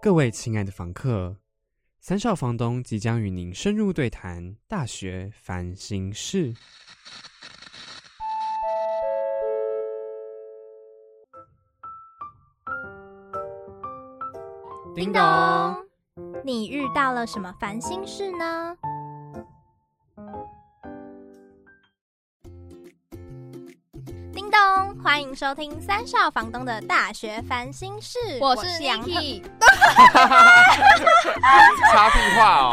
各位亲爱的房客，三少房东即将与您深入对谈大学烦心事。叮咚，你遇到了什么烦心事呢？叮咚，欢迎收听三少房东的大学烦心事，我是杨 特 Niki，插屁话哦！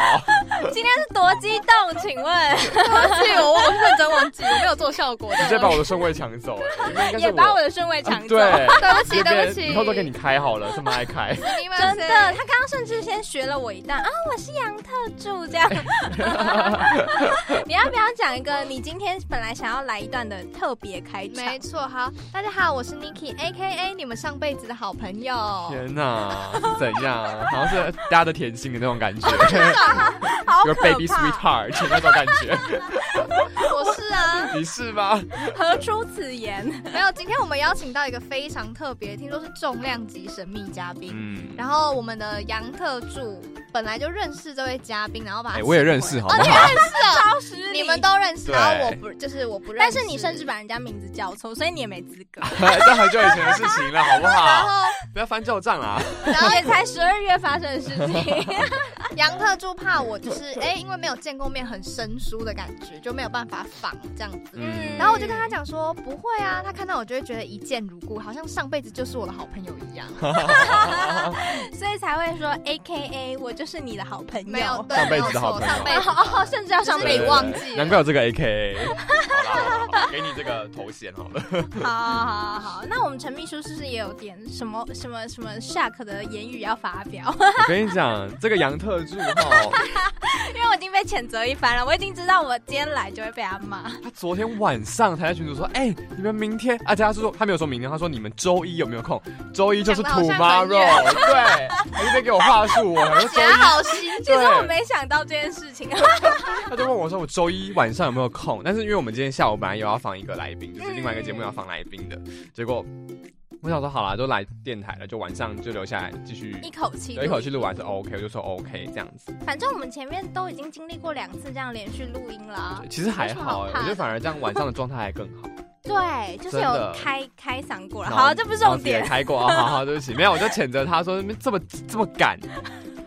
今天是多激动，请问忘记啊我忘认真忘记，我没有做效果。 直接对把我的顺位抢走，哎应该应该是也把我的顺位抢走？啊对，对不起别别对不起，以后都给你开好了，这么爱开。你们真的，谁他刚刚甚至先学了我一段啊，我是杨特助这样。 你要不要讲一个你今天本来想要来一段的特别开场？没错，好，大家好，我是 Niki，A.K.A 你们上辈子的好朋友。天哪，是怎样？啊好像是大家的甜心的那种感觉 好可，Your 怕 baby sweetheart 那种感觉， 我是啊，你是吗？ 何出此言？ 没有，今天我们邀请到一个非常特别，听说是重量级神秘嘉宾。 嗯，然后我们的杨特助本来就认识这位嘉宾，然后把他哎，请我也认回识，来哦啊好不好？ 超时你们。都认识，对然后我不就是我不认但识，是你甚至把人家名字叫错，所以你也没资 格。这很久以前的事情了，好不然 好？后不要翻旧账啊啦。然后也才十二月发生的事情，杨特助怕我就是哎、因为没有见过面，很生疏的感觉，就没有办法仿这样子。嗯然后我就跟他讲说，不会啊，他看到我就会觉得一见如故，好像上辈子就是我的好朋友 一样。 所以才会说 A K A 我就是你的好朋友。没有，对，上辈没有子的好错，朋友上 辈子。 哦，甚至要上被辈你子对忘记了难怪有这个 AK。好啦好啦好啦给你这个头衔好了。 好好好好，那我们陈秘书是不是也有点什么什么什么 shock 的言语要发表？ 我跟你讲，这个杨特助哈，因为我已经被谴责一番了，我已经知道我今天来就会被他骂。他昨天晚上才在群主说，哎、你们明天啊，他是说他没有说明天，他说你们周一有没有空？周一就是讲得好 tomorrow，像很远对，他就在给我话术，我说 哎周姐一，好心， 其实我对没想到这件事 情，他就问我说我周一晚上有没有空？但是因为我们今天下午本来有要放一个来宾，就是另外一个节目要放来宾的，结果我想说好啦，都来电台了，就晚上就留下来继续。一口气有一口气录完是 OK，我就说 OK 这样子，反正我们前面都已经经历过两次这样连续录音了啊。其实有还好、什么好欸，怕我的觉得反而这样晚上的状态还更好。对，就是真有的开开嗓过了。然后好，这不是重然后自己也点。开过啊，好好，对不起，没有，我就谴责他说这么这么赶，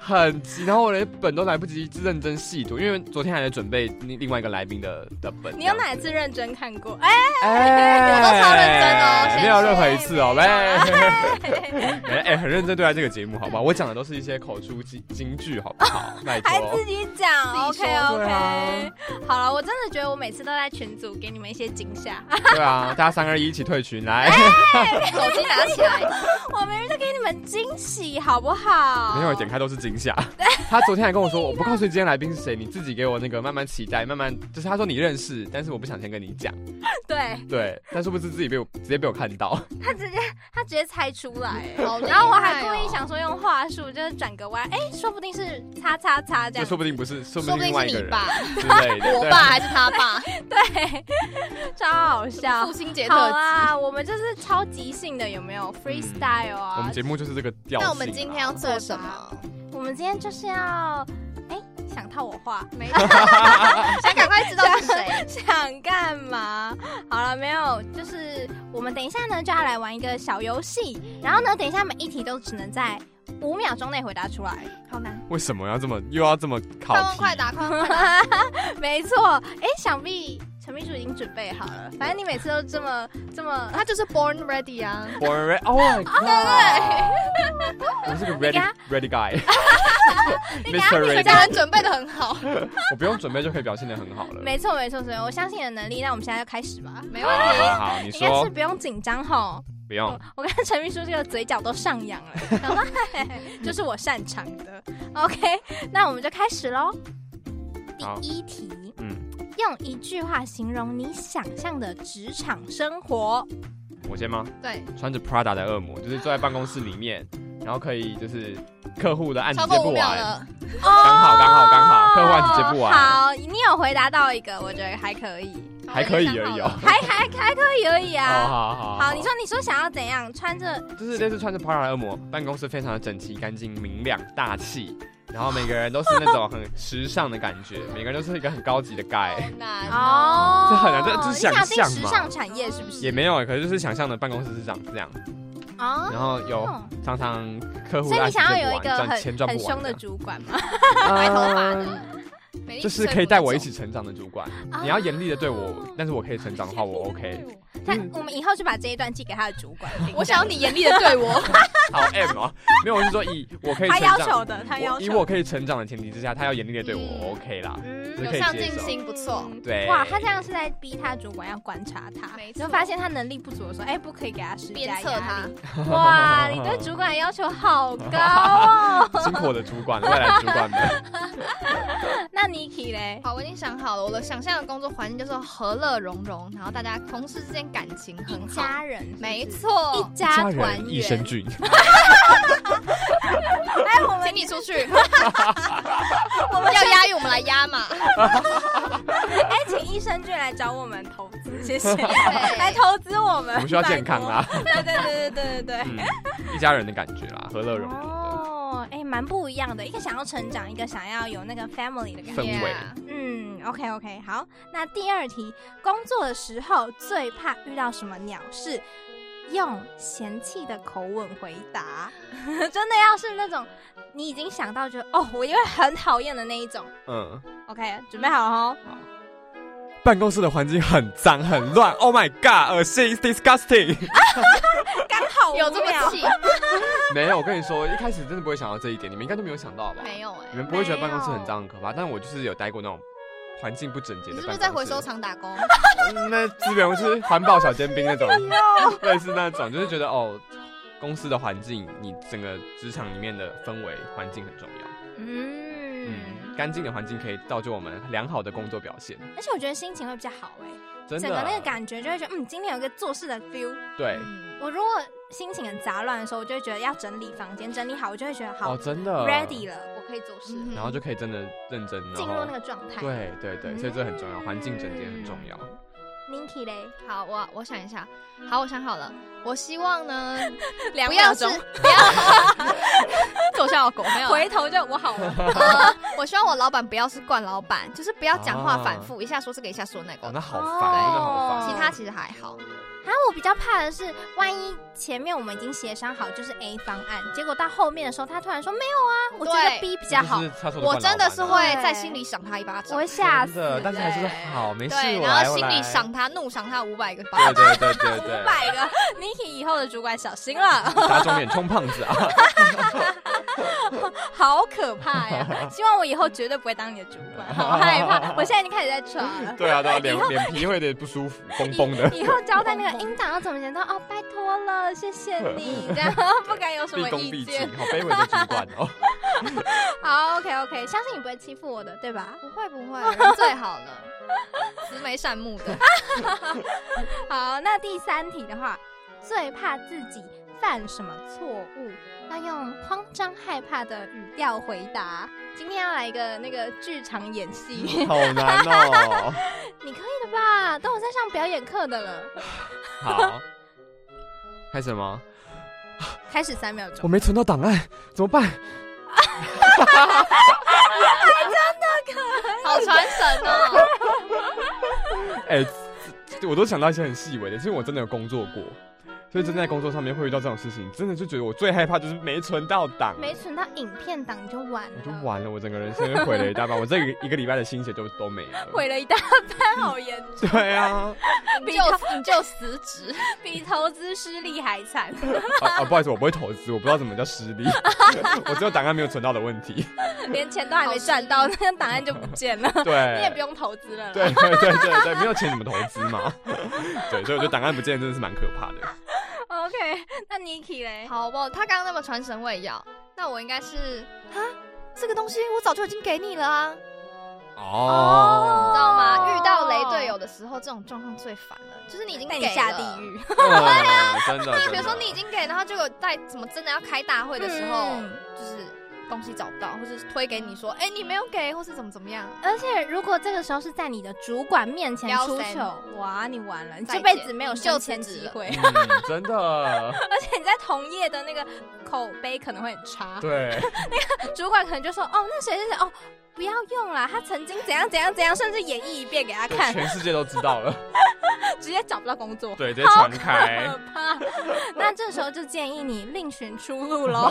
很急，然后我连本都来不及认真细读，因为昨天还在准备另另外一个来宾的的本。你有哪一次认真看过？哎，哎，我都超认真哦先没有任何一次哦，喂， 哎哎，很认真对待这个节目，好不好？我讲的都是一些口出金金句，好不好？拜 还托自。己讲自己，OK 说 OK 对。啊好了，我真的觉得我每次都在群组给你们一些惊吓。对啊，大家三二一一起退群来。哎手哦机拿起来， 我明明在给你们惊喜，好不好？没有点开都是惊吓。他昨天还跟我说，我不告诉你今天来宾是谁，你自己给我那个慢慢期待，慢慢就是他说你认识，但是我不想先跟你讲。对对，嗯但是不是自己被我直接被我看到？他直接他直接猜出 来。好厉害哦然后我还故意，想说用话术，就是转个弯，哎、说不定是叉叉叉这这样。说不定不是，说不说定不另定外是一个你人 爸，之类 的。我对爸还是他 爸，对， 超好笑父。亲节好特。啦，我们就是超即兴的，有没有 freestyle 啊？我们节目就是这个调性啊。那我们今天要做什 么？我们今天就是要，哎、想套我话， 没错，想赶快知道是 谁。想干嘛？好了，没有，就是我们等一下呢就要来玩一个小游戏，然后呢，等一下每一题都只能在五秒钟内回答出来。 好难，为什么要这么又要这么考快问题？快答，快问快答。没错，哎、想必陈秘书已经准备好了，反正你每次都这么这么。他就是 born ready 啊， Born ready，Oh，Oh my god！我是个 ready ready guy，Mr. 这 Ready，家人准备的很好，我不用准备就可以表现的很好了。没错，没错，所以我相信你的能力。那我们现在就开始吧，没好问题。好好，你应该说是不用紧张吼。不用我。我看陈秘书这个嘴角都上扬了， 然后嘿嘿就是我擅长的。OK，那我们就开始喽。好第一题，嗯用一句话形容你想象的职场生活。我先吗？对，穿着 Prada 的恶魔，就是坐在办公室里面，然后可以就是客户的案子超接过不五秒完，了，刚哦好刚好刚好客户案子接不完 好，你有回答到一个，我觉得还可以。还可以而已哦。还还还可以而已好啊。好好，好，你说你说想要怎样？穿着就是类似穿着 Prada 的恶魔，办公室非常的整齐、干净、明亮、大气，然后每个人都是那种很时尚的感觉，每个人都是一个很高级的 guy，难哦，这很难这这是你想想定象时嘛尚产业是不也是？没有，可是就是想象的办公室是长这样，哦，然后有常常客户所以按你时想间要不有一完个赚钱很赚很不完凶这的样，主管吗？白头发的嗯就是可以带我一，起成长的主管，你要严厉的对我，哦但是我可以成长的话，我 OK。。他嗯，我们以后就把这一段寄给他的主管听。我想要你严厉的对我，好 M 哦，没有，我是说以我可以他成要长求，的，他要我以求我可以成长的前提之下，他要严厉的对我，我 OK 啦。嗯这 有可以上接进受心不错。对哇，他这样是在逼他主管要观察他，没就错发现他能力不足的时候，哎，不可以给他施鞭加策压他力。哇，你对主管的要求好高 哦。辛苦我的主管，未来主管们。那 Niki 嘞？好，我已经想好了，我的想象的工作环境就是和乐融融，然后大家同事之间感情很一好，家人是不是，没错一。家团人益生圆。菌，哎，我们请你出去，我们要押韵，我们来押嘛。哎，请益生菌来找我们投资，谢谢，对来投资我们。我们需要拜托健康 啊啦。对对对对对对嗯，一家人的感觉啦，和对。乐融融的哦，哎，蛮不一样的，一个想要成长，一个想要有那个 family 的感觉。氛围 Yeah，嗯，OK OK，好。那第二题，工作的时候最怕遇到什么鸟事？用嫌弃的口吻回答， 真的要是那种你已经想到觉得哦，我一定会很讨厌的那一种。嗯， OK，准备好了哦。办公室的环境很脏很乱，Oh my god，恶心，disgusting。刚好 有这么妙，气？ 没有，我跟你说，一开始真的不会想到这一点，你们应该都没有想到吧？没有哎你，们不会觉得办公室很脏很可怕，但我就是有待过那种环境不整洁你的是不办公是室。在回收厂打工？嗯？那基本就是环保小尖兵那 种，类似那种，就是觉得哦，公司的环境，你整个职场里面的氛围环境很重要。嗯，嗯，干净的环境可以造就我们良好的工作表现，而且我觉得心情会比较好哎、真的。整啊个那个感觉就会觉得嗯，今天有一个做事的 feel。对，嗯我如果心情很杂乱的时候，我就会觉得要整理房间，整理好，我就会觉得好、哦，真的 ready 了，我可以做事了。然后就可以真的认真，然进后入那个状态。对对对，所以这很重要，环境整洁很重要。 ，Ninki 嘞，好，我我想一下，好，我想好了，我希望呢， 两不要 秒是钟不要做效果，没有啊回头就我好 了。呃，我希望我老板不要是惯老板，就是不要讲话反复，一下说这个，一下说那啊哦，个。那好烦，真的好哦烦。其他其实还好，啊，我比较怕的是，万一前面我们已经协商好就是 A 方案，结果到后面的时候他突然说没有啊，我觉得对 B 比较好就是，他说我惯真老的板是啊会在心里赏他一巴我掌会，吓真死的，。但是还是对好，没事，对，我然来后心里。赏我他，怒赏他五百个巴来掌。对对对对 五对，百个 Niki 以后的主管小心了， 打肿脸充胖子啊！好可怕 呀！希望我以后绝对不会当你的主管，好害怕。我现在已经开始在抓了。对啊，对啊，以 脸后脸皮会有点不舒服，崩 崩的。以后交代那个音档要怎么剪到哦，拜托了，谢谢 你，这样不敢有什毕么恭意毕敬见。，好卑微的主管 哦。好，OK OK，相信你不会欺负我的，对吧？不会不会，人最好了， 慈眉善目的。好，那第三题的话，最怕自己犯什么错误，要用慌张害怕的语调回答。今天要来一个那个剧场演戏， 好难哦。你可以的吧？等我在上表演课的了，好，开始吗？开始三秒我钟。没存到档案，怎么办？好传神 哦！哎、这我都想到一些很细微的，因为我真的有工作过，所以真的在工作上面会遇到这种事情，真的就觉得我最害怕就是没存到档，没存到影片档你就完了，我就完了，我整个人生就毁了一大半，我这个一个礼拜的心血就都没了。 毁了一大半，好严 重。对啊，你就你就辞职，比投资失利还惨。啊啊，不好意思，我不会投资，我不知道怎么叫失利， 我只有档案没有存到的问题。连钱都还没赚到，那个档案就不见了，对， 你也不用投资了。对对对对对，没有钱怎么投资嘛？ 对，所以我觉得档案不见真的是蛮可怕的。 ，OK，那 Niki 嘞？ 好不？他刚刚那么传神，我也要。那我应该是啊，这个东西我早就已经给你了啊，哦你知哦道吗？遇到雷队友的时候，这种状况最烦了，就是你已经带给你了下地。狱。 嗯真的，对，真比如的说你已经给，然后结果在什么真的要开大会的时候，嗯就是东西找不到，或者是推给你说，哎、你没有给，或是怎么怎么样，而且如果这个时候是在你的主管面前撩出谁糗，哇，你完了，你再这辈见子没有你就升迁辞职机了会。嗯真 的，而且你在同业的那个口碑可能会很差，对，主管可能就说：“哦，那谁谁谁哦，不要用啦，他曾经怎样怎样怎样，甚至演绎一遍给他就看，全世界都知道了，直接找不到工作。”对，直接传 开可。 怕！那这时候就建议你另寻出路 喽。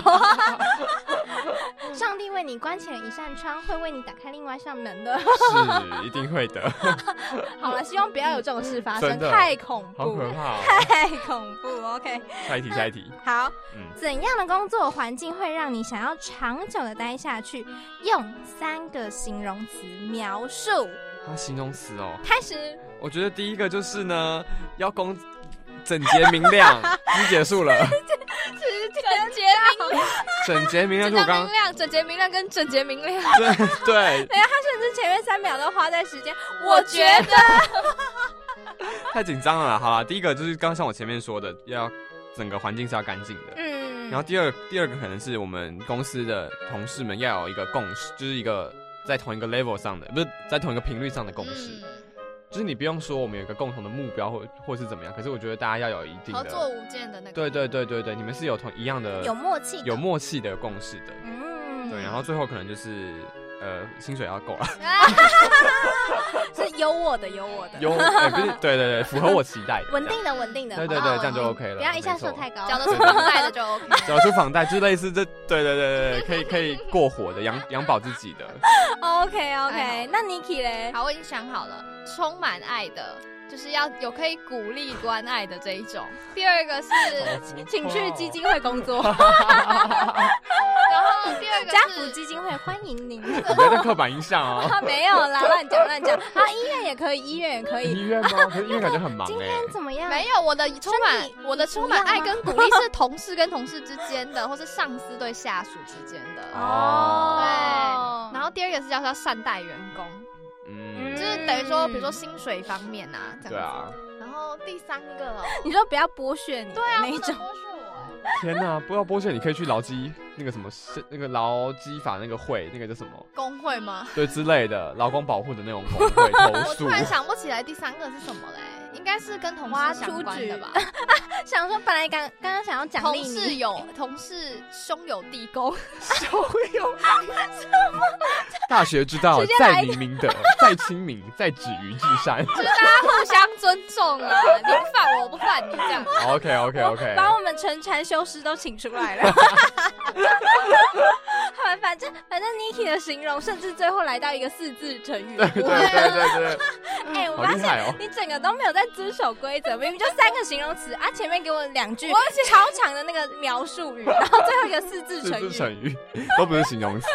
上帝为你关起了一扇窗，会为你打开另外一扇门 的。是，一定会的，好了，希望不要有这种事发生，真的太恐好怖，可了，怕、哦。太恐怖。OK，下一题，下一 题，好，嗯，怎样的工作环境会让你想要长久的待下去？用三个形容词描述。它形容词哦，开始，我觉得第一个就是呢，要工整洁明 亮，已经结束了，整洁明整洁明亮，整就洁我刚明刚亮，整洁明亮跟整洁明亮，对对，甚至前面三秒都花在时间。 我觉得太紧张了啦。好啦，第一个就是刚刚像我前面说的，要整个环境是要干净的。嗯，然后第二第二个可能是我们公司的同事们要有一个共识，就是一个在同一个 level 上的，不是在同一个频率上的共识。嗯哦嗯就是你不用说我们有一个共同的目标或或是怎么样，可是我觉得大家要有一定合作的，无间的那个，对对对对对，你们是有同一样的有默契的，有默契的共识的。嗯，对，然后最后可能就是呃，薪水要够 了，啊，是有我的，有我的，有哎不是对对对，符合我期待的，稳定的，稳定的，对对对，这样就 OK 了，不要一下没错说太高，交得出房贷的就 OK。缴出房贷，就类似这，对对对对，可以可以过火的，养养饱自己的， OK 哎 OK，那 Niki 嘞？好，我已经想好了，充满爱的，就是要有可以鼓励关爱的这一种。哦第二个是，请去基金会工作， 然后第二个家福是，基金会欢迎您。哦你不要再刻板印象哦。 啊，没有啦，乱讲乱讲。啊，医院也可以，医院也可以。医院吗？可是医院感觉很忙今哎、天怎么样？没有我的身充体满我的充满不一爱样吗跟鼓励是同事跟同事之间的，或是上司对下属之间的。哦，然后第二个是叫要善待员工，嗯，就是等于说，比如说薪水方面啊，这对样啊，子。然后第三个哦， 你说不要剥削你的对啊，那不一能种，剥削我哎，天哪，不要剥削，你可以去劳基那个什么是那个劳基法那个会，那个叫什么？工会吗？对之类的，劳工保护的那种工会投我诉突。然想不起来第三个是什么嘞，应该是跟同挖事出相关的局吧？想说本来刚刚刚想要奖同励事你，有同事兄友弟恭， 大学之道直接，来在明明德，在亲民，在止于至善。就是大家互相尊重 啊，你不犯我，我不犯你，这样 OK OK OK，把我们陈禅修师都请出来 了。好吧，反正反正 Niki 的形容，甚至最后来到一个四字成语。 对对对对哎，对，我好发厉现害哦！你整个都没有在遵守规则，明明就三个形容词啊，前面给我两句我超长的那个描述 语，然后最后一个四字四成字语。成语都不是形容词，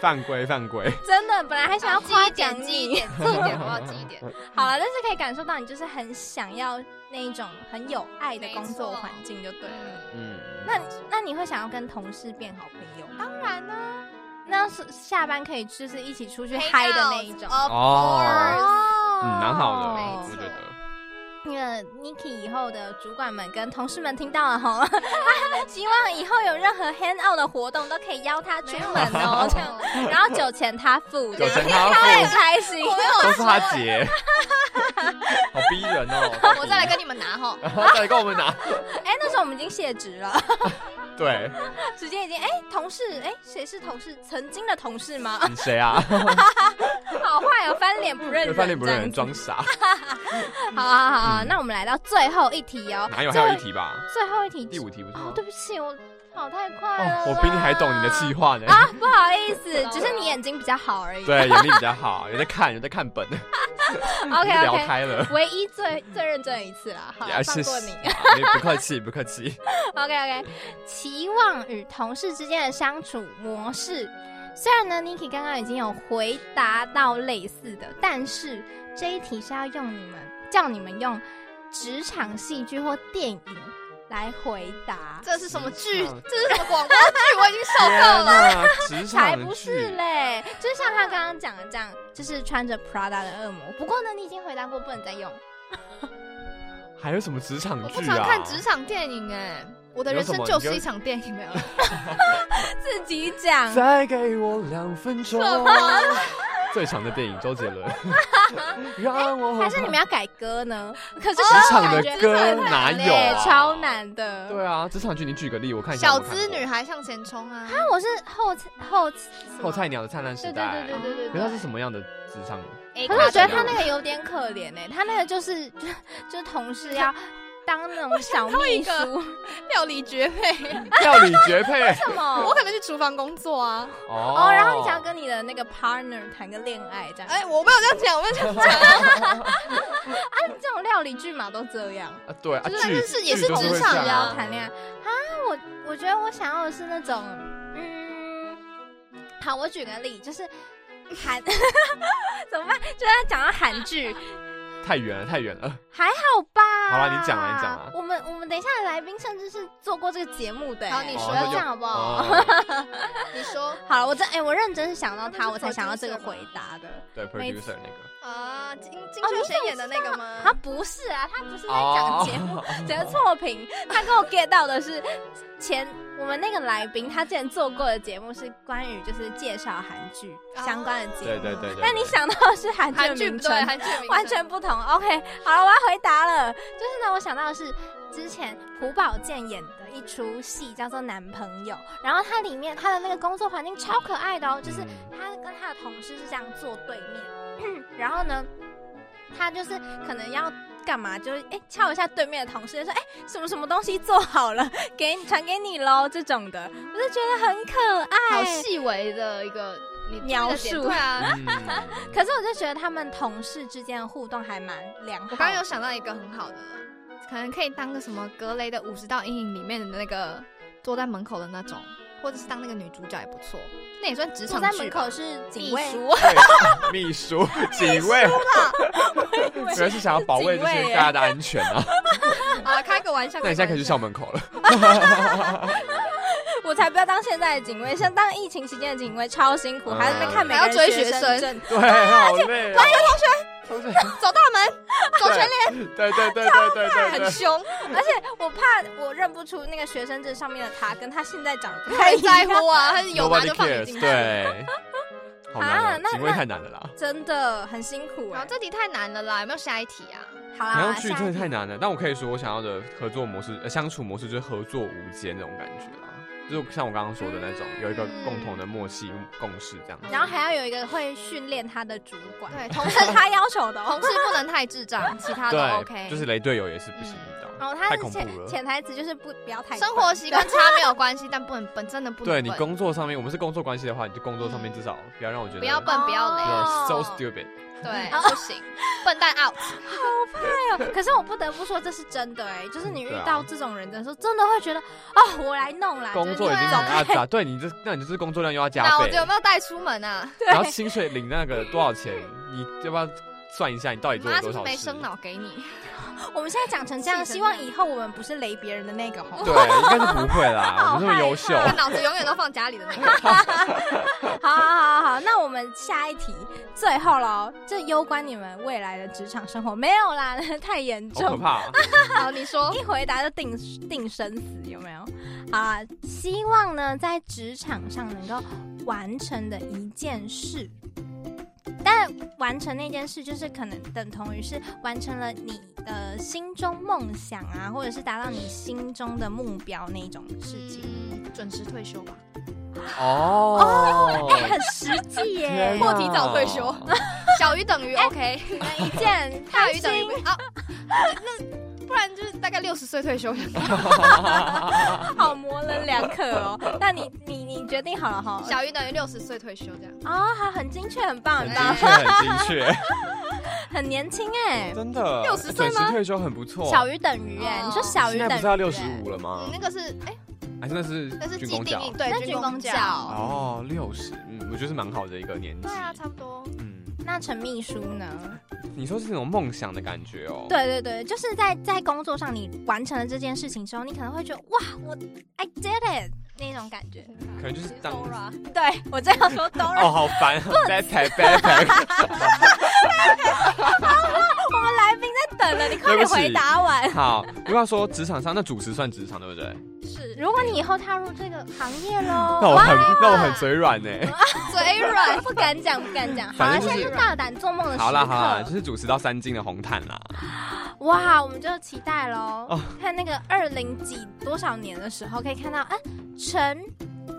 犯规犯规。真的，本来还想要记夸一点奖，记一你，点，记一点，我要记一点。好了，但是可以感受到你就是很想要那一种很有爱的工作环境就对对了。，嗯，那那你会想要跟同事变好朋友吗？当然呢，那是下班可以就是一起出去嗨的那一种。哦，哦嗯，蛮好的，没我错觉得。那个 Niki 以后的主管们跟同事们听到了吼， 希望以后有任何 hand out 的活动都可以邀他出门 哦，这样，然后酒钱他付，酒钱他他付会很开心。 都是他 姐，好逼人哦！我再来跟你们拿哈。 再来跟我们拿，哎，那时候我们已经卸职了。对，直接已经哎、同事哎，谁、是同事？曾经的同事吗？ 你谁啊？好坏哦，翻脸不认 人，翻脸不这认样人，子。装傻，好好好好，嗯那我们来到最后一题哦， 哪有？还最后有一题吧？最后一题，第五题不是吗？哦，对不起，我跑太快了啦、哦，我比你还懂你的气话呢。啊，不好意思，只是你眼睛比较好而已。对，眼力比较好，有在看，有在 看本， ，OK 聊 OK。开了。唯一最最认真的一次啦，好啦，啊放谢过谢你。啊没不客气，不 客气。 OK OK，期望与同事之间的相处模式，虽然呢，Niki 刚刚已经有回答到类似的，但是这一题是要用你们叫你们用职场戏剧或电影来回答，这是什么剧？职场这是什么广播剧？我已经受够了。了，职才场不是剧，嘞！就像他刚刚讲的这样，就是穿着 Prada 的恶魔。不过呢，你已经回答过，不能再用。还有什么职场我不剧常啊？看职场电影哎，我的人生有什就么是一场电影，没有 啦。自己讲，再给我两分钟， 最长的电影周杰伦， 让我还是你们要改歌 呢？可是职场感的觉歌很难哪有对啊？超。难的。对啊，职场剧你举个例，我看一下有小没有看过。资女孩向前冲啊！那我是后后后菜鸟的灿烂时对对代，对对对对可是对它是什么样的职场？ A 可是我觉得他他那个有点可怜哎、他那个就是 就就同事要当那种小 秘一书，个为料理绝配，料理绝配什么？我可能去厨房工作啊！哦哦，然后你想要跟你的那个 partner 谈个恋爱这样，哎、哎，我没有这样讲，我没有这样 讲，这种料理剧嘛都这样，啊对啊，就是剧但是也哦剧是都会职这场样只要啊，谈恋爱啊，我我觉得我想要的是那种，嗯，好，我举个例，就是韩 怎么办？就要讲到韩剧，太远了，太远了。还好吧？好啦你讲啊你讲啊我们我们等一下的来宾甚至是做过这个节目的、欸，好你说这哦那就样好不好？哦你说好了，我真哎、我认真是想到他，我才想到这个回答的。对每次，producer 那个啊，金哦金秀贤演的那个吗他？不是啊，他不是在哦讲节目，整个错评。他跟我 get 到的是前我们那个来宾，他之前做过的节目是关于就是介绍韩剧相关的节目。对对对对。但你对，想到的是韩韩剧剧的名对称，韩剧的名称完全不同。OK，好了，我要回答了。就是呢，我想到的是之前朴宝剑演的一出戏叫做《男朋友》，然后它里面他的那个工作环境超可爱的哦，就是他跟他的同事是这样坐对面， 然后呢，他就是可能要。干嘛？就是哎、敲一下对面的同事，说哎、什么什么东西做好了， 给你传给你喽，这种的，我就觉得很可爱。好细微的一个你描述这个点对 啊。嗯可是我就觉得他们同事之间的互动还蛮良好的。我刚刚有想到一个很好的，可能可以当个什么格雷的《五十道阴影》里面的那个坐在门口的那种，或者是当那个女主角也不错，那也算职坐场在剧门吧口是警卫秘，书 对秘书、警卫，主要是想要保卫就警是卫耶大家的安全啊。啊，开个玩笑。那你现在可以去上校门口了。我才不要当现在的警卫，像当疫情期间的警卫超辛苦，嗯还在那边看每个还要追人学学生证。对，好累啊。同学，同学，走大门，走全脸。对对对对对对很对。凶， 而且我怕我认不出那个学生证上面的他，跟他现在长得不太太一在样。乎啊， 他有拿 Nobody 就放你进 cares，去。对。好啊难那哦，警卫太难了啦。真的很辛苦哎、好，这题太难了啦，有没有下一题啊？好啦，好好像啦剧下一真的题太难了，但我可以说我想要的合作模式、呃、相处模式就是合作无间那种感觉啦，就是像我刚刚说的那种，有一个共同的默契、共识这样子。然后还要有一个会训练他的主管，对，同这 是他要求的、 同哦。事不能太智障，其他对都 OK。就是雷队友也是不行的。然后哦他太的恐怖潜了潜台词就是不不要太生笨活习惯差没有关系，但不能笨，真的不能对笨。你工作上面，我们是工作关系的话，你就工作上面嗯至少不要让我觉得不要笨，不要，you 累，哦 are so stupid。 对，啊不行，笨蛋 out。哎可是我不得不说，这是真的哎、就是你遇对啊到这种人的时候，真的会觉得哦，我来弄啦。工作已就是经你走很对阿杂，对你这，那你就是工作量又要加脑倍子，有没有带出门啊？然后薪水领那个多少钱，你要不要算一下你到底做妈了是多不是少没事生？脑给你？我们现在讲成这样，气成希望以后我们不是雷别人的那个 吼。对，应该是不会啦，我好们这么害优秀。他脑子永远都放家里的那 个。 好好好好，那我们下一题，最后喽，这攸关你们未来的职场生活，没有啦， 太严好可重。怕、啊！好，你说一回答就定定生死，有没有？好啊，希望呢在职场上能够完成的一件事，但完成那件事就是可能等同于是完成了你的心中梦想啊，或者是达到你心中的目标那种事情。嗯准时退休吧， 哦， 很实际耶天或哪提早退休，小于等于 OK，一 件大开于等于心不啊，那不然就是大概六十岁退休。 好模棱两可 哦。那你你你决定好了啊哈？小于等于六十岁退休这样。哦，好，很精确，很棒，很很精棒，确，很精确， 很年轻哎，真的。 60岁准时吗退休很不错。小于等于哎，哦你说小于现在等于哎不是要六十五了吗嗯，？那个是哎，还是那是那是啊军既工定奖？义，对，那军工奖。奖哦，六十，嗯，我觉得是蛮好的一个年纪对。啊，差不多。嗯，那陈秘书呢？你说是那种梦想的感觉哦。。对对对，就是在在工作上你完成了这件事情之后，你可能会觉得哇，我 I did it 那种感觉。啊可能就是当对我这样说都哦，好烦，backpack backpack，我们来宾在在等了，你快点回答完。好，如果要说职场上，那主持算职场对不对？是如果你以后踏入这个行业喽，那我很那我很嘴软呢。嘴软，不敢讲，不敢讲。好反了，正就现是在是大胆做梦的时刻。好啦好啦，就是主持到三金的红毯啦。哇，我们就期待喽。哦看那个二零几多少年的时候，可以看到，哎、陈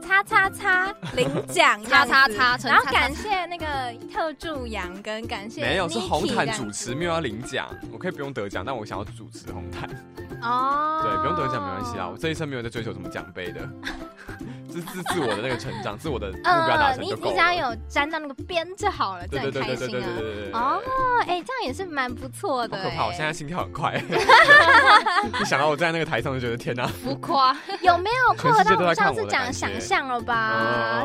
叉叉叉领奖 这样叉子，叉叉陈然后叉叉感谢那个特助杨跟感谢没有，是 Niki 红这毯样主持，没有要领奖，我可以不用得奖，但我想要主持红毯。哦，对，不用得奖没关系啊，我。这一生没有在追求什么奖杯的，是自自我的那个成长，自我的目标达呃，成你就你够只要了。有沾到那个边就好了，就对很对对开对心对对对啊。对对。哦，哎、这样也是蛮不错好的、可怕！我现在哎心跳很快，一想到我站在那个台上就觉得天哪、浮夸，有没有扣全合世界到都们上在看次我的讲的感想觉象了吧？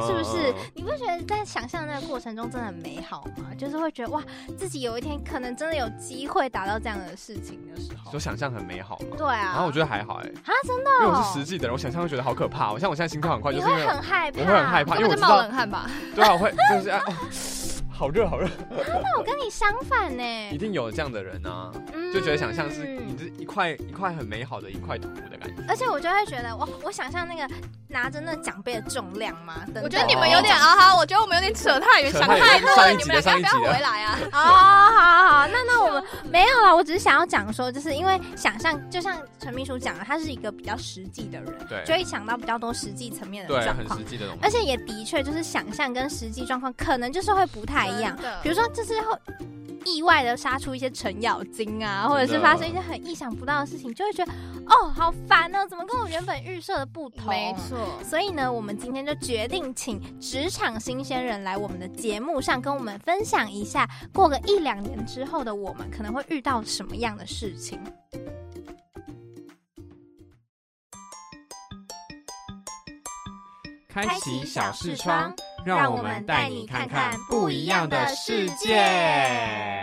嗯是不是？你不觉得在想象的那个过程中真的很美好吗？就是会觉得哇，自己有一天可能真的有机会达到这样的事情的时候就。想象很美好嘛。对啊，然后我觉得还好哎、啊，真的、因哦，为我是实际的人，我想象会觉得好可怕、哦。像我现在心跳很快，就你是因会为很害怕，我会很害怕因为根本我知就道冒冷汗吧？对啊，我会就是啊，哦好热好热，那我跟你相反呢、一定有这样的人啊，嗯就觉得想象是你是一块一块很美好的一块土的感觉。而且我就会觉得，我我想象那个拿着那奖杯的重量嘛，等等我觉得你们有点啊哈，我觉得我们有点扯太远，哦扯想太太远多了，上一你集们的两个要上不要一集的回来啊？哦，好好，那那我们没有啦，我只是想要讲说，就是因为想象，就像陈秘书讲的，他是一个比较实际的人，对就会想到比较多实际层面的对，状很况实，际的东西。而且也的确就是想象跟实际状况可能就是会不太一样，真的比如说就是会。意外的杀出一些程咬金啊，或者是真的发生一些很意想不到的事情，就会觉得哦，好烦哦，怎么跟我原本预设的不同？没错，所以呢，我们今天就决定请职场新鲜人来我们的节目上跟我们分享一下，过个一两年之后的我们可能会遇到什么样的事情。开启小视窗窗，，让我们带你看看不一样的世界。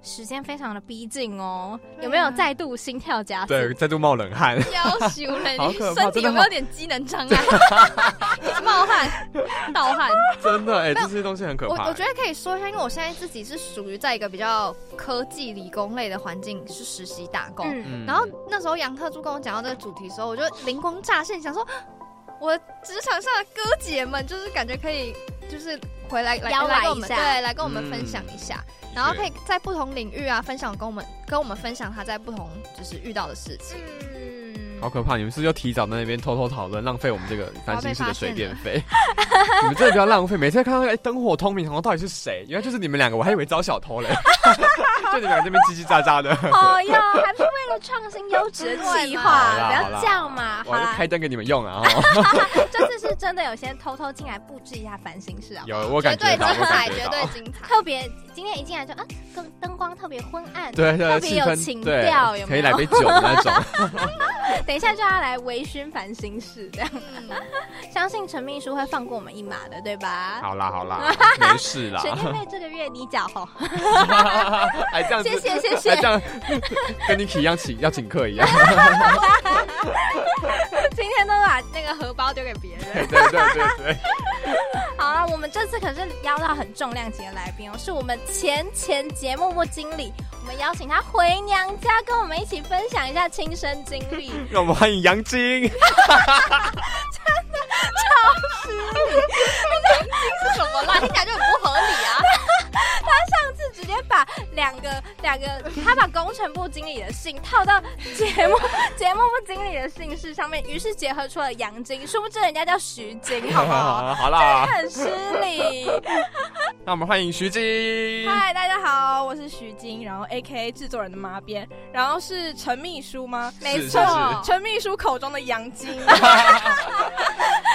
时间非常的逼近哦，有没有再度心跳加速？对，再度冒冷汗。要求了，好你可怕身体有真的没好有点机能障碍？一直冒汗、盗汗。真的哎、没有这些东西很可我怕、哎我觉得可以说一下，因为我现在自己是属于在一个比较科技理工类的环境是实习打工，嗯，嗯然后那时候杨特助跟我讲到这个主题的时候，我就灵光乍现，想说我职场上的哥姐们，就是感觉可以就是回来来邀来来跟我们一下对来跟我们分享一下，然后可以在不同领域啊分享跟我们跟我们分享他在不同就是遇到的事情。嗯好可怕！你们是不是又提早在那边偷偷讨论，浪费我们这个繁星市的水电我费？你们真的不要浪费！每次看到哎灯火通明，想说到底是谁？原来就是你们两个，我还以为招小偷嘞， 就你们俩这边叽叽喳喳的。哦哟，还不是为了创新优质的计划，对嘛不好啦好要啦这样嘛，好我啦开，灯给你们用啊！哦 这次是真的有些偷偷进来布置一下烦心事啊。有我绝感对觉到，我精彩，感绝觉对到，精彩。特别今天一进来就啊，灯灯光特别昏暗，对特对，别气有氛情调有没有对，可以来杯酒的那种。等一下就要来微醺烦心事，这样嗯相信陈秘书会放过我们一马的，对 吧？好啦好啦，没事啦水。电费这个月你缴哦，哎，这样子谢，谢谢谢哎，这，样跟 Niki 一样请要请客一样。 今天都把那个荷包丢给别人。 对对对对。好了，我们这次可是邀到很重量级的来宾哦，是我们前前节目部经理，我们邀请他回娘家跟我们一起分享一下亲身经历。让我们欢迎杨晶。是什么啦？听起来就很不合理啊！直接把两个两个，他把工程部经理的信套到节目 节目部经理的姓氏上面，于是结合出了杨金，殊不知人家叫徐金，好不 啊好？好啦，很失礼。那我们欢迎徐晶。嗨，大家好，我是徐晶，然后 A K A 制作人的妈边，然后是陈秘书吗？没是错，陈秘书口中的杨晶，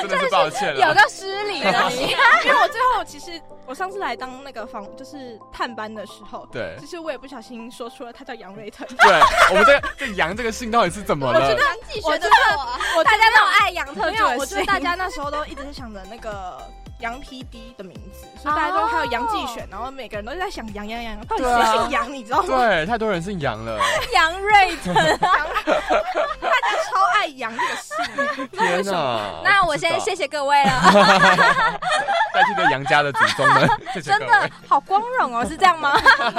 真的是抱歉有了。个失礼了你。因为我最后其实我上次来当那个访就是探班的时候，对其实我也不小心说出了他叫杨瑞 腾，对，我们这个这杨这个姓到底是怎么了？杨继学我的真错啊，我大家都爱杨特没有，我助的觉得信，大家那时候都一直是想着那个。杨 PD 的名字，所以大家都还有杨继选然后每个人都在想杨杨杨，到底哦对啊谁姓杨，你知道吗？对，太多人姓杨 了。杨 瑞腾。超爱杨这个姓。天哪！那我先 不知道谢谢各位了。代替了杨家的祖宗 们。谢谢真各的位。好光荣哦，是这样 吗？好啦，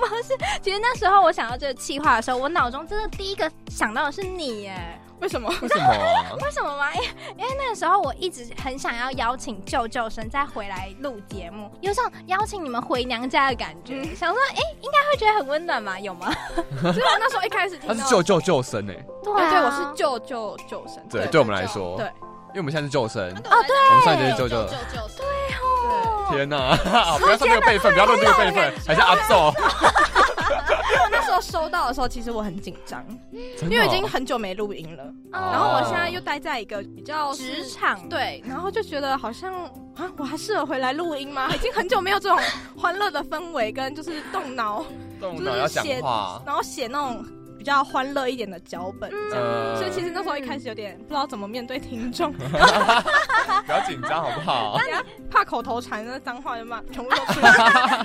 不是，其实那时候我想到这个气话的时候，我脑中真的第一个想到的是你耶，为什么？为什么啊？为什么吗？因为因为那个时候我一直很想要邀请舅舅生再回来录节目，有种邀请你们回娘家的感觉，想说哎、应该会觉得很温暖嘛，有吗？所以我那时候一开始听他到是救救救生哎，对啊对对，我是救救救生，对，对对我们来说，对因为我们现在是救生。哦，对，我们上一集是舅舅舅舅舅舅，天哪！ 不要算这个辈分，不要论这个辈分，还是阿宙，我那时候收到的时候，其实我很紧张，真的 因为已经哦很久没录音了，哦然后我现在又待在一个比较是职场，对，然后就觉得好像啊，我还适合回来录音吗？已经很久没有这种欢乐的氛围，跟就是动脑， 就哦动脑要是讲写，话，然后写那种比较欢乐一点的脚本。呃所以其实那时候一开始有点不知道怎么面对听众，不要紧张好不 好？哎怕口头禅，那脏话就骂，全部都出来。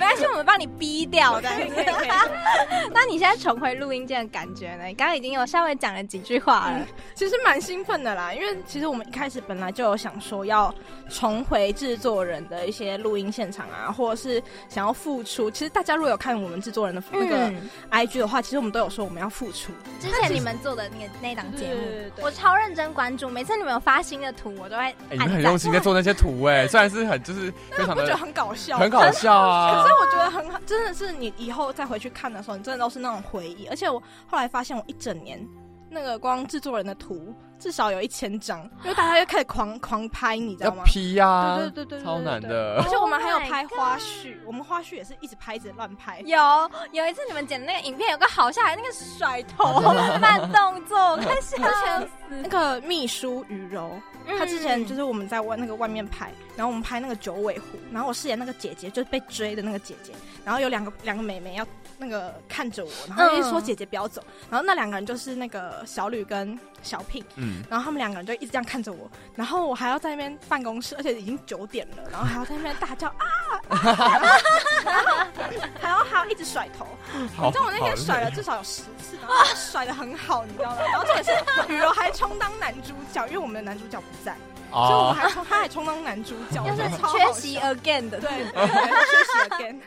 没关系，我们帮你逼掉的。可以可以可以那你现在重回录音间的感觉呢？你刚刚已经有稍微讲了几句话了，其实蛮兴奋的啦，因为其实我们一开始本来就有想说要重回制作人的一些录音现场啊，或者是想要付出。其实大家如果有看我们制作人的那嗯个 IG 的话，其实我们都有说我们要付出。之前你们做的那个那档节目，对我超认真关注，每次你们有发新的图，我都会哎，你按们很赞。用心在做那些图哎，虽然是很就是非常我觉得的很搞笑，很搞笑啊可是，我觉得很好，真的是你以后再回去看的时候，你真的都是那种回忆。而且我后来发现，我一整年那个光制作人的图至少有一千张，因为大家又开始狂狂拍，你知要道吗？ P 呀，对对对对对，超难对。对的而。且我们还有 Oh my 拍花絮，我们花絮也是一直拍，一直乱拍。有有一次你们剪的那个影片，有个好笑，还有那个甩头慢动作，我快笑那死。个秘书雨柔，她之嗯前就是是我们在外那个外面拍，然后我们拍那个九尾狐，然后我饰演那个姐姐，就是被追的那个姐姐，然后有两个两个妹妹要那个看着我，然后一直说嗯姐姐不要走，然后那两个人就是那个小吕跟小聘，嗯，然后他们两个人就一直这样看着我，然后我还要在那边办公室，而且已经九点了，然后还要在那边大叫啊， 啊然后还要还要一直甩头，嗯好，你知道我那天甩了至少有十次，然后甩的很好，你知道吗？然后重点是雨柔还充当男主角，因为我们的男主角不在，好哦所以我们累还充他还充当男主 角，又是嗯超好嗯缺席笑 again 的，对，对对缺席 again，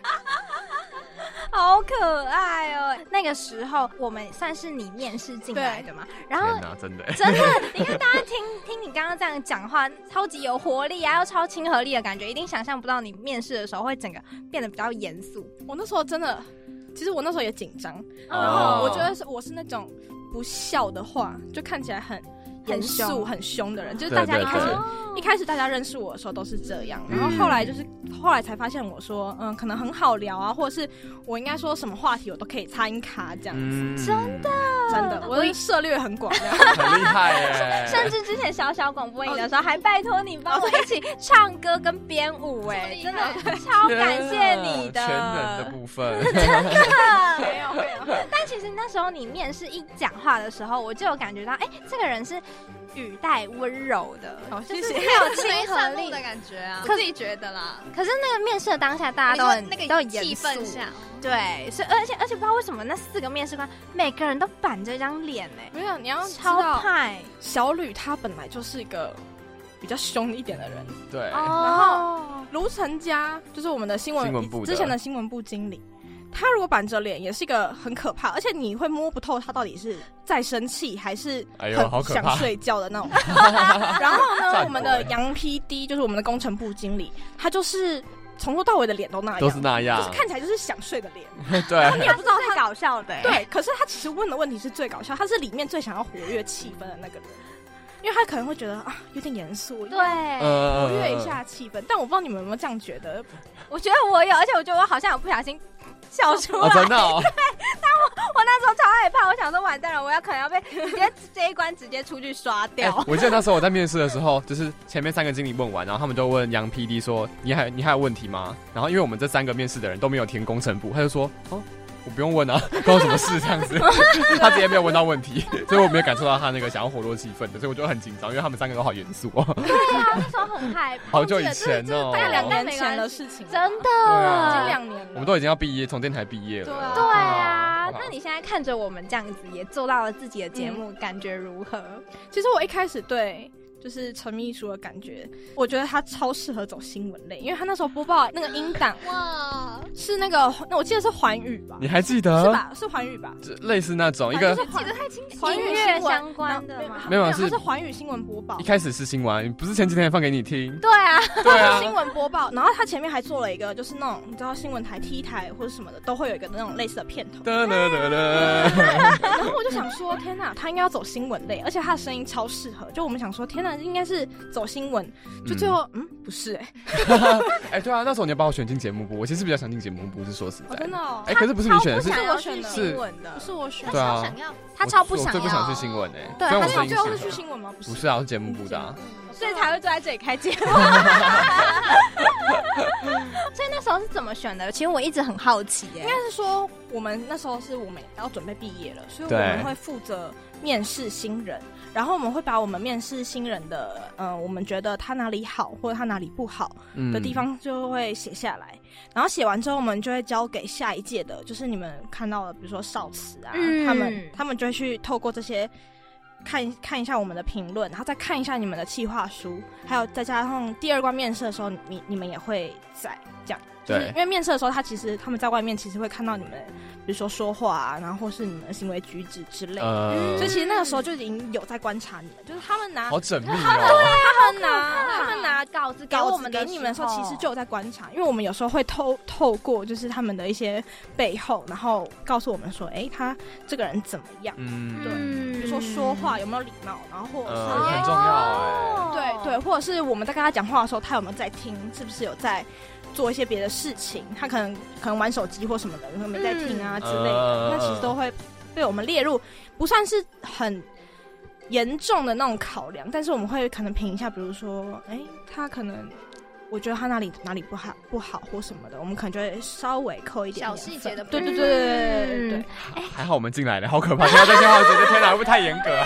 好可爱哦。那个时候我们算是你面试进来的嘛，然哦，啊后天哪，真的，真的，你看大家听听你刚刚这样讲话，超级有活力啊，又超亲和力的感觉，一定想象不到你面试的时候会整个变得比较严 肃。我那时候真的，其实我那时候也紧张，哦然后我觉得是我是那种不笑的话，就看起来很很严凶肃、很凶的人，就是大家对一对开始对一开始大家认识我的时候都是这样，嗯然后后来就是后来才发现我说，嗯，可能很好聊啊，或者是我应该说什么话题我都可以插音卡这样，嗯，真的真的，我的涉猎很广。这样很厉害耶，甚至之前小小广播营的时候，还拜托你帮我一起唱歌跟编舞、哎，哦这真么厉害的超感谢你天哪啊的。全能的 部分， 没有没有，但其实那时候你面试一讲话的时候，我就有感觉到，哎、这个人是语带温柔的，好就谢是谢没 有没亲和上路力的。感觉啊，可我自己觉得啦。可是那个面试的当下，大家你都说很那个都很严气肃氛下，对，所以而且而且不知道为什么那四个面试官每个人都板着一张脸哎、没有，你要知超道，派小吕他本来就是一个比较凶一点的人，对，哦，卢成家就是我们的新闻新闻部的之前的新闻部经理，他如果板着脸也是一个很可怕，而且你会摸不透他到底是在生气还是哎呦好很可想怕睡觉的 那种。然后战呢，果我们的杨 PD 就是我们的工程部经理，他就是从头到尾的脸都那样，都是那样就是，看起来就是想睡的脸。对，你也不知道他是最搞笑哎的、欸，对，可是他其实问的问题是最搞笑，他是里面最想要活跃气氛的那个人，因为他可能会觉得啊有点严肃，对，呃活跃一，下气氛。但我不知道你们有没有这样觉得，哦我觉得我有，而且我觉得我好像有不小心笑出来， 哦，真的哦，我那时候超害怕，我想说完蛋了，我要可能要 被直接这一关直接出去刷掉。 我记得那时候我在面试的时候，就是前面三个经理问完，然后他们就问杨 PD 说：“你还你还有问题吗？”然后因为我们这三个面试的人都没有填工程部，他就说：“哦，我不用问啊， 关我什么事？”这样子， 他直接没有问到问题， 所以我没有感受到他那个想要活络气氛的，所以我就很紧张，因为他们三个都好严肃哦。 对啊，那时候很害怕，好久以前我哦记得这是这是大概两但年没前的关系事情了，真的，对已啊经两年了，我们都已经要毕业，从电台毕业了。嗯对啊对啊好不，好那你现在看着我们这样子，也做到了自己的节目，感觉如何？其实我一开始对就是陈秘书的感觉，我觉得他超适合走新闻类，因为他那时候播报那个音档嗯哇，是那个，那我记得是环宇吧，你还记是得？吧？是环宇吧？这类似那种一反个正就是环记得太清楚环了。宇音新乐闻相关的然后吗？没有啊它是啊是环宇新闻播报一。开始是新闻，不是前几天也放给你听？对啊，对啊，新闻播报，然后他前面还做了一个，就是那种你知道新闻台 T 台或者什么的，都会有一个那种类似的片头。 哒哒哒哒，然后我就想说，天哪，他应该要走新闻类，而且他的声音超适合。就我们想说，天哪，应该是走新闻，就最后嗯不是哎、哎，对啊，那时候你要把我选进节目部，我其实比较想进节目部，是说实在哦真的。的哦，哎，可是不是你选的，是想要去新闻的不，是我选他对啊超想要，他超不我想最不想去要，新闻哎，对虽他然我但是是声我音最后是去新闻新闻吗？不不是，是啊，我是节目部的啊。所所以以才才会会坐在这里开节 目。所以那时候是怎么选的？其实我一直很好奇耶、但是说我们那时候是我们要准备毕业了，所以我对们会负责面试新人，然后我们会把我们面试新人的，呃，我们觉得他哪里好或者他哪里不好嗯的地方就会写下来，然后写完之后我们就会交给下一届的，就是你们看到的，比如说少慈啊，嗯他们他们就会去透过这些。看看一下我们的评论，然后再看一下你们的企划书，还有再加上第二关面试的时候，你你们也会在这样。就是对因，为面试的时候，他其实他们在外面其实会看到你们，比如说说话啊，然后或是你们的行为举止之类的，哎呃所以其实那个时候就已经有在观察你了。就是他们拿好啊缜密 哦。啊他们拿怕他们拿稿子稿子给你们的时候，其实就有在观察，因为我们有时候会透透过就是他们的一些背后，然后告诉我们说，哎，他这个人怎么样？嗯，啊比如说说话有没有礼貌，然后或者哦是呃嗯很重要欸哦对对，，或者是我们在跟他讲话的时候，他有没有在听，是不是有在做一些别的事情？他可能可能玩手机或什么的，可能没在听啊嗯之类的，呃那其实都会被我们列入，不算是很。严重的那种考量，但是我们会可能评一下，比如说，哎、他可能，我觉得他哪里哪里不好不好或什么的，我们可能就会稍微扣一点小点细分节的对部对分对对对对对嗯还好我们进来了，好可怕！听到这些话，我觉得天哪，会不会太严格啊？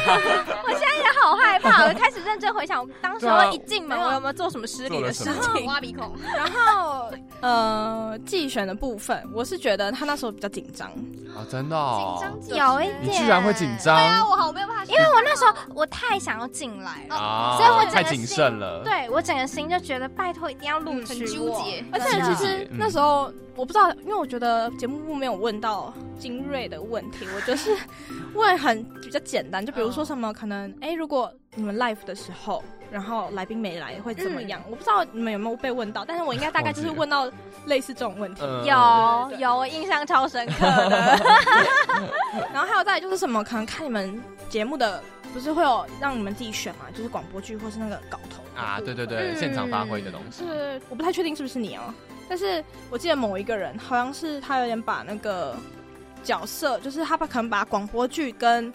我现在也好害怕，我开始认真回想，我当时对啊候一进门，我有没有做什么失礼的事做了什情？挖鼻孔，然后，嗯呃，竞选的部分，我是觉得他那时候比较紧张，啊，真的哦，紧张有一你点居然会紧张啊，我好没有办法，因为我那时候我太想要进来了，啊！所以我整个太谨慎了。，对我整个心就觉得拜托一定要录很取纠我，结，而且嗯真的其实那时候我不知道，因为我觉得节目部没有问到精锐的问题，我就是 问很比较简单，就比如嗯说什么可能，哎、如果你们 live 的时候，然后来宾没来会怎么样？我不知道你们有没有被问到，但是我应该大概就是嗯忘记了问到类似这种问题。嗯有对有，我印象超深刻的。然后还有再来就是什么，可能看你们节目的。不是会有让你们自己选嘛？就是广播剧或是那个稿头啊，对对嗯对，现场发挥的东西。嗯是我不太确定是不是你哦，但是我记得某一个人好像是他有点把那个角色，就是他把可能把广播剧跟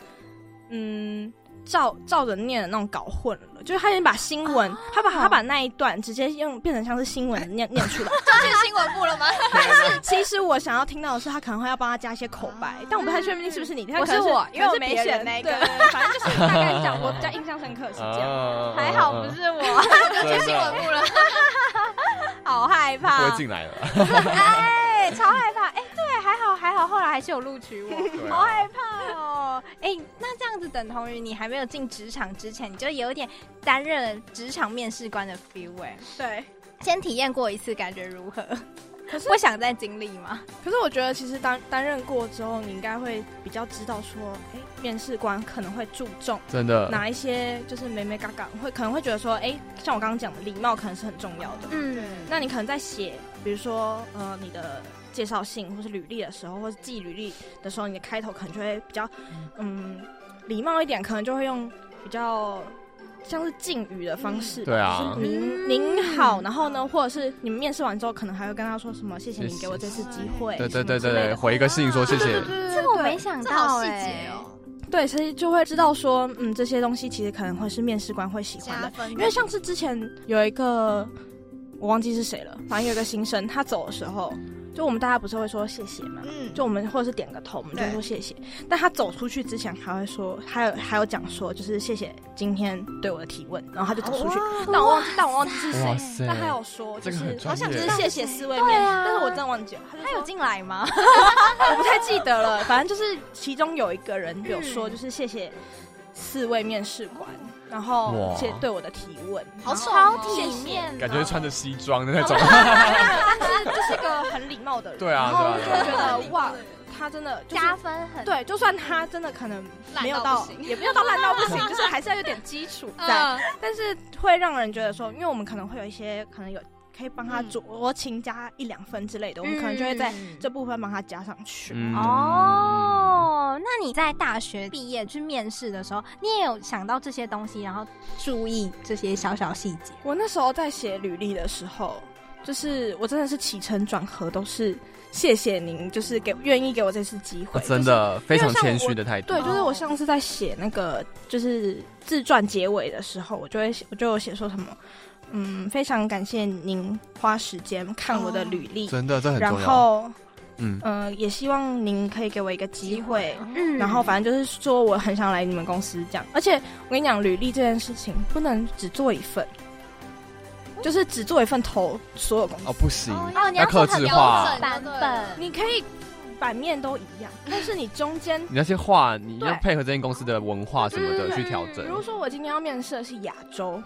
嗯照照着念的那种搞混了，就是他有点把新闻，他把他把那一段直接用变成像是新闻念念 出来。这是新闻部 了吗？但是其实我想要听到的是他可能会要帮他加一些口白，但我不太确定是不是你，他我可能是我因为可能我没别人选那个对对对反正就是大概讲我比较印象深刻的是这样。啊还好不是嗯我， 真新闻的部了，好害不怕会。进来了。哎，超害怕！哎，对，还好还好，后来还是有录取对我，啊好害怕哦。哎，那这样子等同于你还没有进职场之前，你就有点担任职场面试官的 feel 哎。对，先体验过一次，感觉如何？可是不想再经历吗？可是我觉得，其实担担任过之后，你应该会比较知道说，哎、面试官可能会注重真的，哪一些，就是美美嘎嘎，会可能会觉得说，哎、像我刚刚讲的，礼貌可能是很重要的。嗯，那你可能在写，比如说，呃，你的介绍信或是履历的时候，或是寄履历的时候，你的开头可能就会比较，嗯，礼貌一点，可能就会用比较像是敬语的方式吧。对啊就是您您好，然后呢，或者是你们面试完之后，可能还会跟他说什么，谢谢你给我这次机会，对对对什么之类对，的啊回一个信说谢谢。这个我没想这到好细哎节。哦，对，所以就会知道说，嗯，这些东西其实可能会是面试官会喜欢加的，分，因为像是之前有一个我忘记是谁了，反正有一个新生，他走的时候，就我们大家不是会说谢谢嘛，嗯就我们或者是点个头，我们就对说谢谢。但他走出去之前还会说，还有还有讲说，就是谢谢今天对我的提问，然后他就走出去。哦但我忘记，但我忘记是谁，塞但他有说，就这是个很专业就耶是谢谢四位对面试，啊但是我真的忘记了，他就他说有进来吗？我不太记得了，反正就是其中有一个人有说，就是谢谢四位面试官，然后哇且对我的提问，好然后丑超哦体面，哦感觉穿着西装的那种。 但是这是一个很礼貌的人，对啊然后我对啊就对啊觉得哇，他真的就是加分很对，就算他真的可能没有烂到到不，行也没有到烂到不行，就是还是要有点基础在，嗯但是会让人觉得说，因为我们可能会有一些可能有可以帮他酌情加一两分之类的，我们可能就会在嗯这部分帮他加上去。嗯啊哦。那你在大学毕业去面试的时候，你也有想到这些东西，然后注意这些小小细节。我那时候在写履历的时候，就是我真的是起承转合都是谢谢您，就是给愿意给我这次机会，啊真就是的非常谦虚的态度对，。就是我上次在写那个就是自传结尾的时候，我就会写我就有写说什么，嗯，非常感谢您花时间看我的履历，真的，啊这很然重要。后嗯，呃，也希望您可以给我一个机会。啊嗯然后反正就是说，我很想来你们公司这样。而且我跟你讲，履历这件事情不能只做一份，就是只做一份投所有公司。哦，不行，哦，你要要克做制很多化种版本，你可以版面都一样，但是你中间你要先画，你要对配合这间公司的文化什么的去调整比。如说我今天要面试的是亚洲，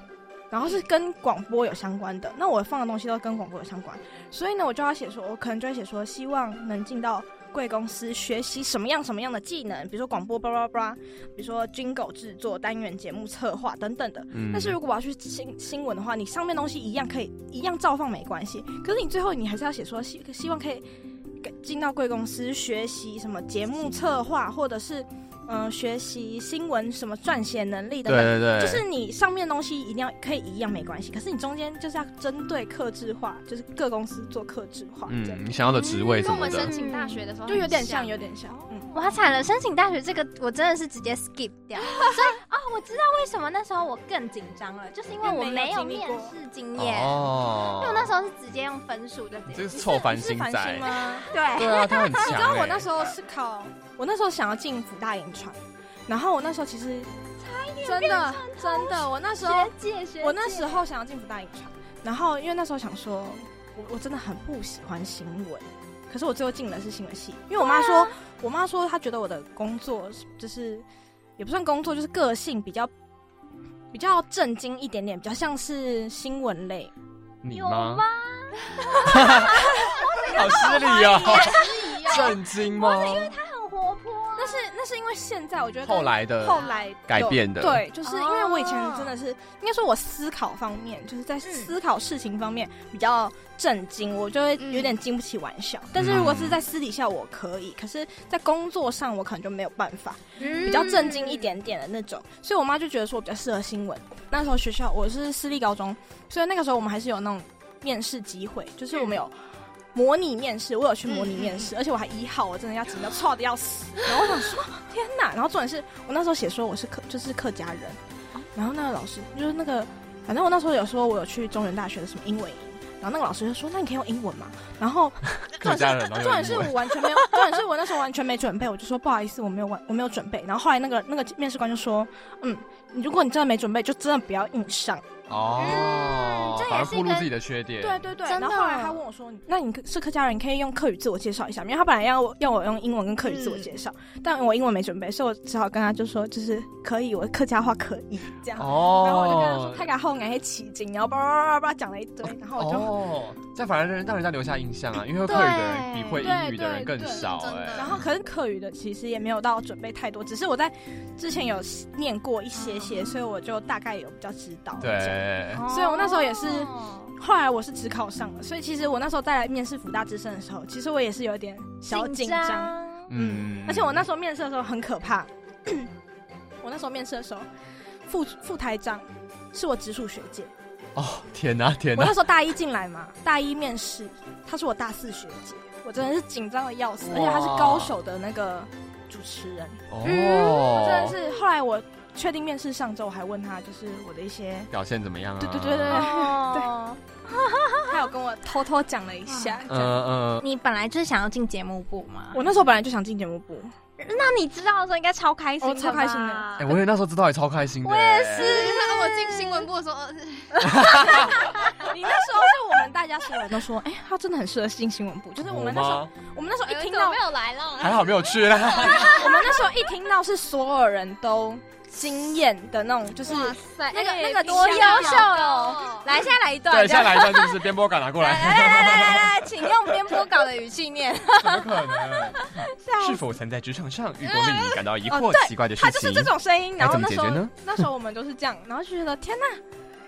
然后是跟广播有相关的，那我放的东西都跟广播有相关，所以呢，我就要写说，我可能就会写说，希望能进到贵公司学习什么样什么样的技能，比如说广播巴拉巴拉，比如说军狗制作、单元节目策划等等的。嗯但是如果我要去新新闻的话，你上面东西一样可以一样照放没关系，可是你最后你还是要写说希希望可以给进到贵公司学习什么节目策划，或者是嗯、呃学习新闻什么撰写能力等对等。对对，就是你上面的东西一定要可以一样没关系，可是你中间就是要针对克制化，就是各公司做克制化，这样嗯，你想要的职位什跟我么们的申，请大学的时候就有点很像，有点像，嗯。哇惨了！申请大学这个，我真的是直接 skip 掉。所以哦，我知道为什么那时候我更紧张了，就是因为我没有面试经验，因哦为我那时候是直接用分数就直你接这是臭烦你是心繁星仔。吗？对对啊，他很强欸。 你知道我那时候是考，我那时候想要进福大银传，然后我那时候其实真的真的，我那时候学姐学姐，我那时候想要进福大银传，然后因为那时候想说，我我真的很不喜欢新闻，可是我最后进的是新闻系，因为我妈说，我妈说她觉得我的工作是就是也不算工作，就是个性比较。比较震惊一点点，比较像是新闻类，你有吗吗？？好失礼哦， 震惊吗？很活泼啊，那是那是因为现在我觉得后来的后来有改变的对，就是因为我以前哦真的是，应该说我思考方面，就是在思考事情方面比较震惊，我就会有点经不起玩笑。但是如果是在私底下我可以，可是在工作上我可能就没有办法，比比较震惊一。点点的那种。所以我妈就觉得说我比较适合新闻。那时候学校我是私立高中，所以那个时候我们还是有那种面试机会，就是我们有。模拟面试，我有去模拟面试，而且我还一号，我真的要紧到差的要死。然后我想说，天哪！然后重点是我那时候写说我是客，就是客家人，哦然后那个老师就是那个，反正我那时候有说我有去中原大学的什么英文营，然后那个老师就说那你可以用英文嘛，然 后客家人重点是我完全没有，重点是我那时候完全没准备，我就说不好意思，我没有完，我没有准备。然后后来那个那个面试官就说，嗯，如果你真的没准备，就真的不要硬上。哦嗯这也，反而是暴露一个自己的缺点。对对对。真然的后后来他问我说，那你是客家人，你可以用客语自我介绍一下吗，因为他本来要我要我用英文跟客语自我介绍，但我英文没准备，所以我只好跟他就说，就是可以，我客家话可以这样。哦，然后我就跟他说，他给后眼黑起劲，然后叭叭叭叭叭讲了一堆，然后我就。哦，这样反而让人家留下印象啊，因为会客语的人比会英语的人更少对对对真哎。的然后可是课余的其实也没有到准备太多，只是我在之前有念过一些些，所以我就大概有比较知道。这样。哎对，所以我那时候也是后来我是只考上了，所以其实我那时候再来面试福大之声的时候，其实我也是有点小紧张。嗯，而且我那时候面试的时候很可怕， 我那时候面试的时候，副副台长是我直属学姐，哦，天哪，天我那哪，时候大一进来嘛，大一面试，她是我大四学姐，我真的是紧张的要死，而且她是高手的那个主持人，我嗯真的哦，是后来我确定面试上周，我还问她就是我的一些，表现怎么样啊？对对对对，哦，她有跟我偷偷讲了一下。这嗯样嗯，你本来就是想要进节目部嘛？我那时候本来就想进节目部，那你知道的时候应该超开心，我超开心的哎，我也那时候知道也超开心的，我也是，就是我进新闻部的时候，呃你那时候是我们大家所有人都说，哎、她真的很适合进新闻部。就是我们那时候，哦吗？我们那时候哎一听怎么到没，有来了， 还好没有去啦，我们那时候一听到是所有人都经验的那种，就是哇塞，那个哎那个多优秀哦！来，现在来一段，对，下来一段就是边播稿拿过哎来来，来来来来来，请用边播稿的语气念。怎么可能？是否曾在职场上遇过令你感到疑惑哦、对奇怪的事他就情是这？种声音。然该后怎么那解时决候呢？ 那时候我们都是这样，然后就觉得天哪，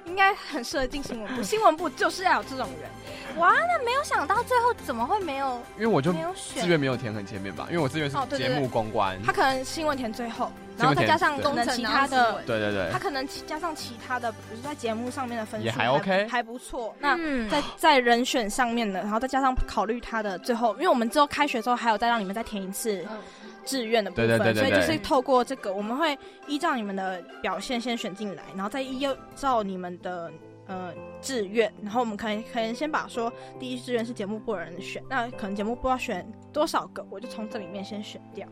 应该很适合进新闻部，新闻部就是要有这种人。哇，那没有想到最后怎么会没有因为我就没有志选？愿没有填很前面吧，因为我志愿哦是对节对目公关。他可能新闻填最后，新闻填然后再加上对可能其他工程然后新的闻，对对对他，可能其加上其他的，比如说在节目上面的分数也还 OK 还不错。那嗯在在人选上面呢，然后再加上考虑他的最后，因为我们之后开学之后还有再让你们再填一次嗯志愿的部分，对对对对所以就对是透过这个，我们会依照你们的表现先选进来，然后再依照你们的呃志愿，然后我们可能可能先把说第一志愿是节目部的人选，那可能节目部要选多少个，我就从这里面先选掉，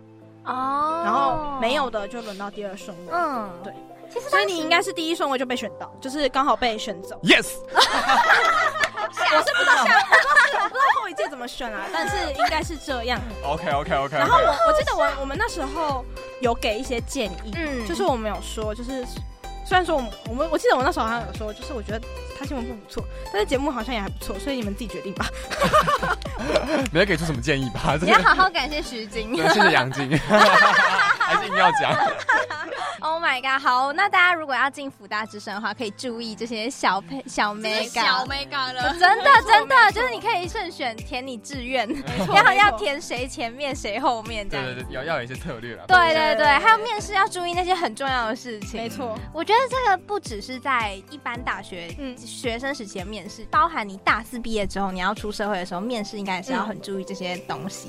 哦，然后没有的就轮到第二顺位，嗯，对。其实所以你应该是第一顺位就被选到，就是刚好被选走。 ，yes， 我是不知道下，我不知道我不知道后一届怎么选啊，但是应该是这样。 OK OK OK，然后我我记得我我们那时候有给一些建议，嗯就是我们有说，就是虽然说我们我们我记得我那时候好像有说，就是我觉得他新闻部不错，但是节目好像也还不错，所以你们自己决定吧。没有给出什么建议吧？这你要个好好感谢徐晶。对谢谢杨 静， 还是硬要讲。 Oh my god！好，那大家如果要进福大之声的话，可以注意这些小配小这是 mega。小 mega 了， 真的真的，就是你可以慎选填你志愿，然后要填谁前面谁后面这对样。对对，要要有一些策略了。对不然对对，还有面试要注意那些很重要的事情。没错，我觉得这个不只是在一般大学、嗯学生时期的面试，包含你大四毕业之后，你要出社会的时候，面试应该也是要很注意这些东西。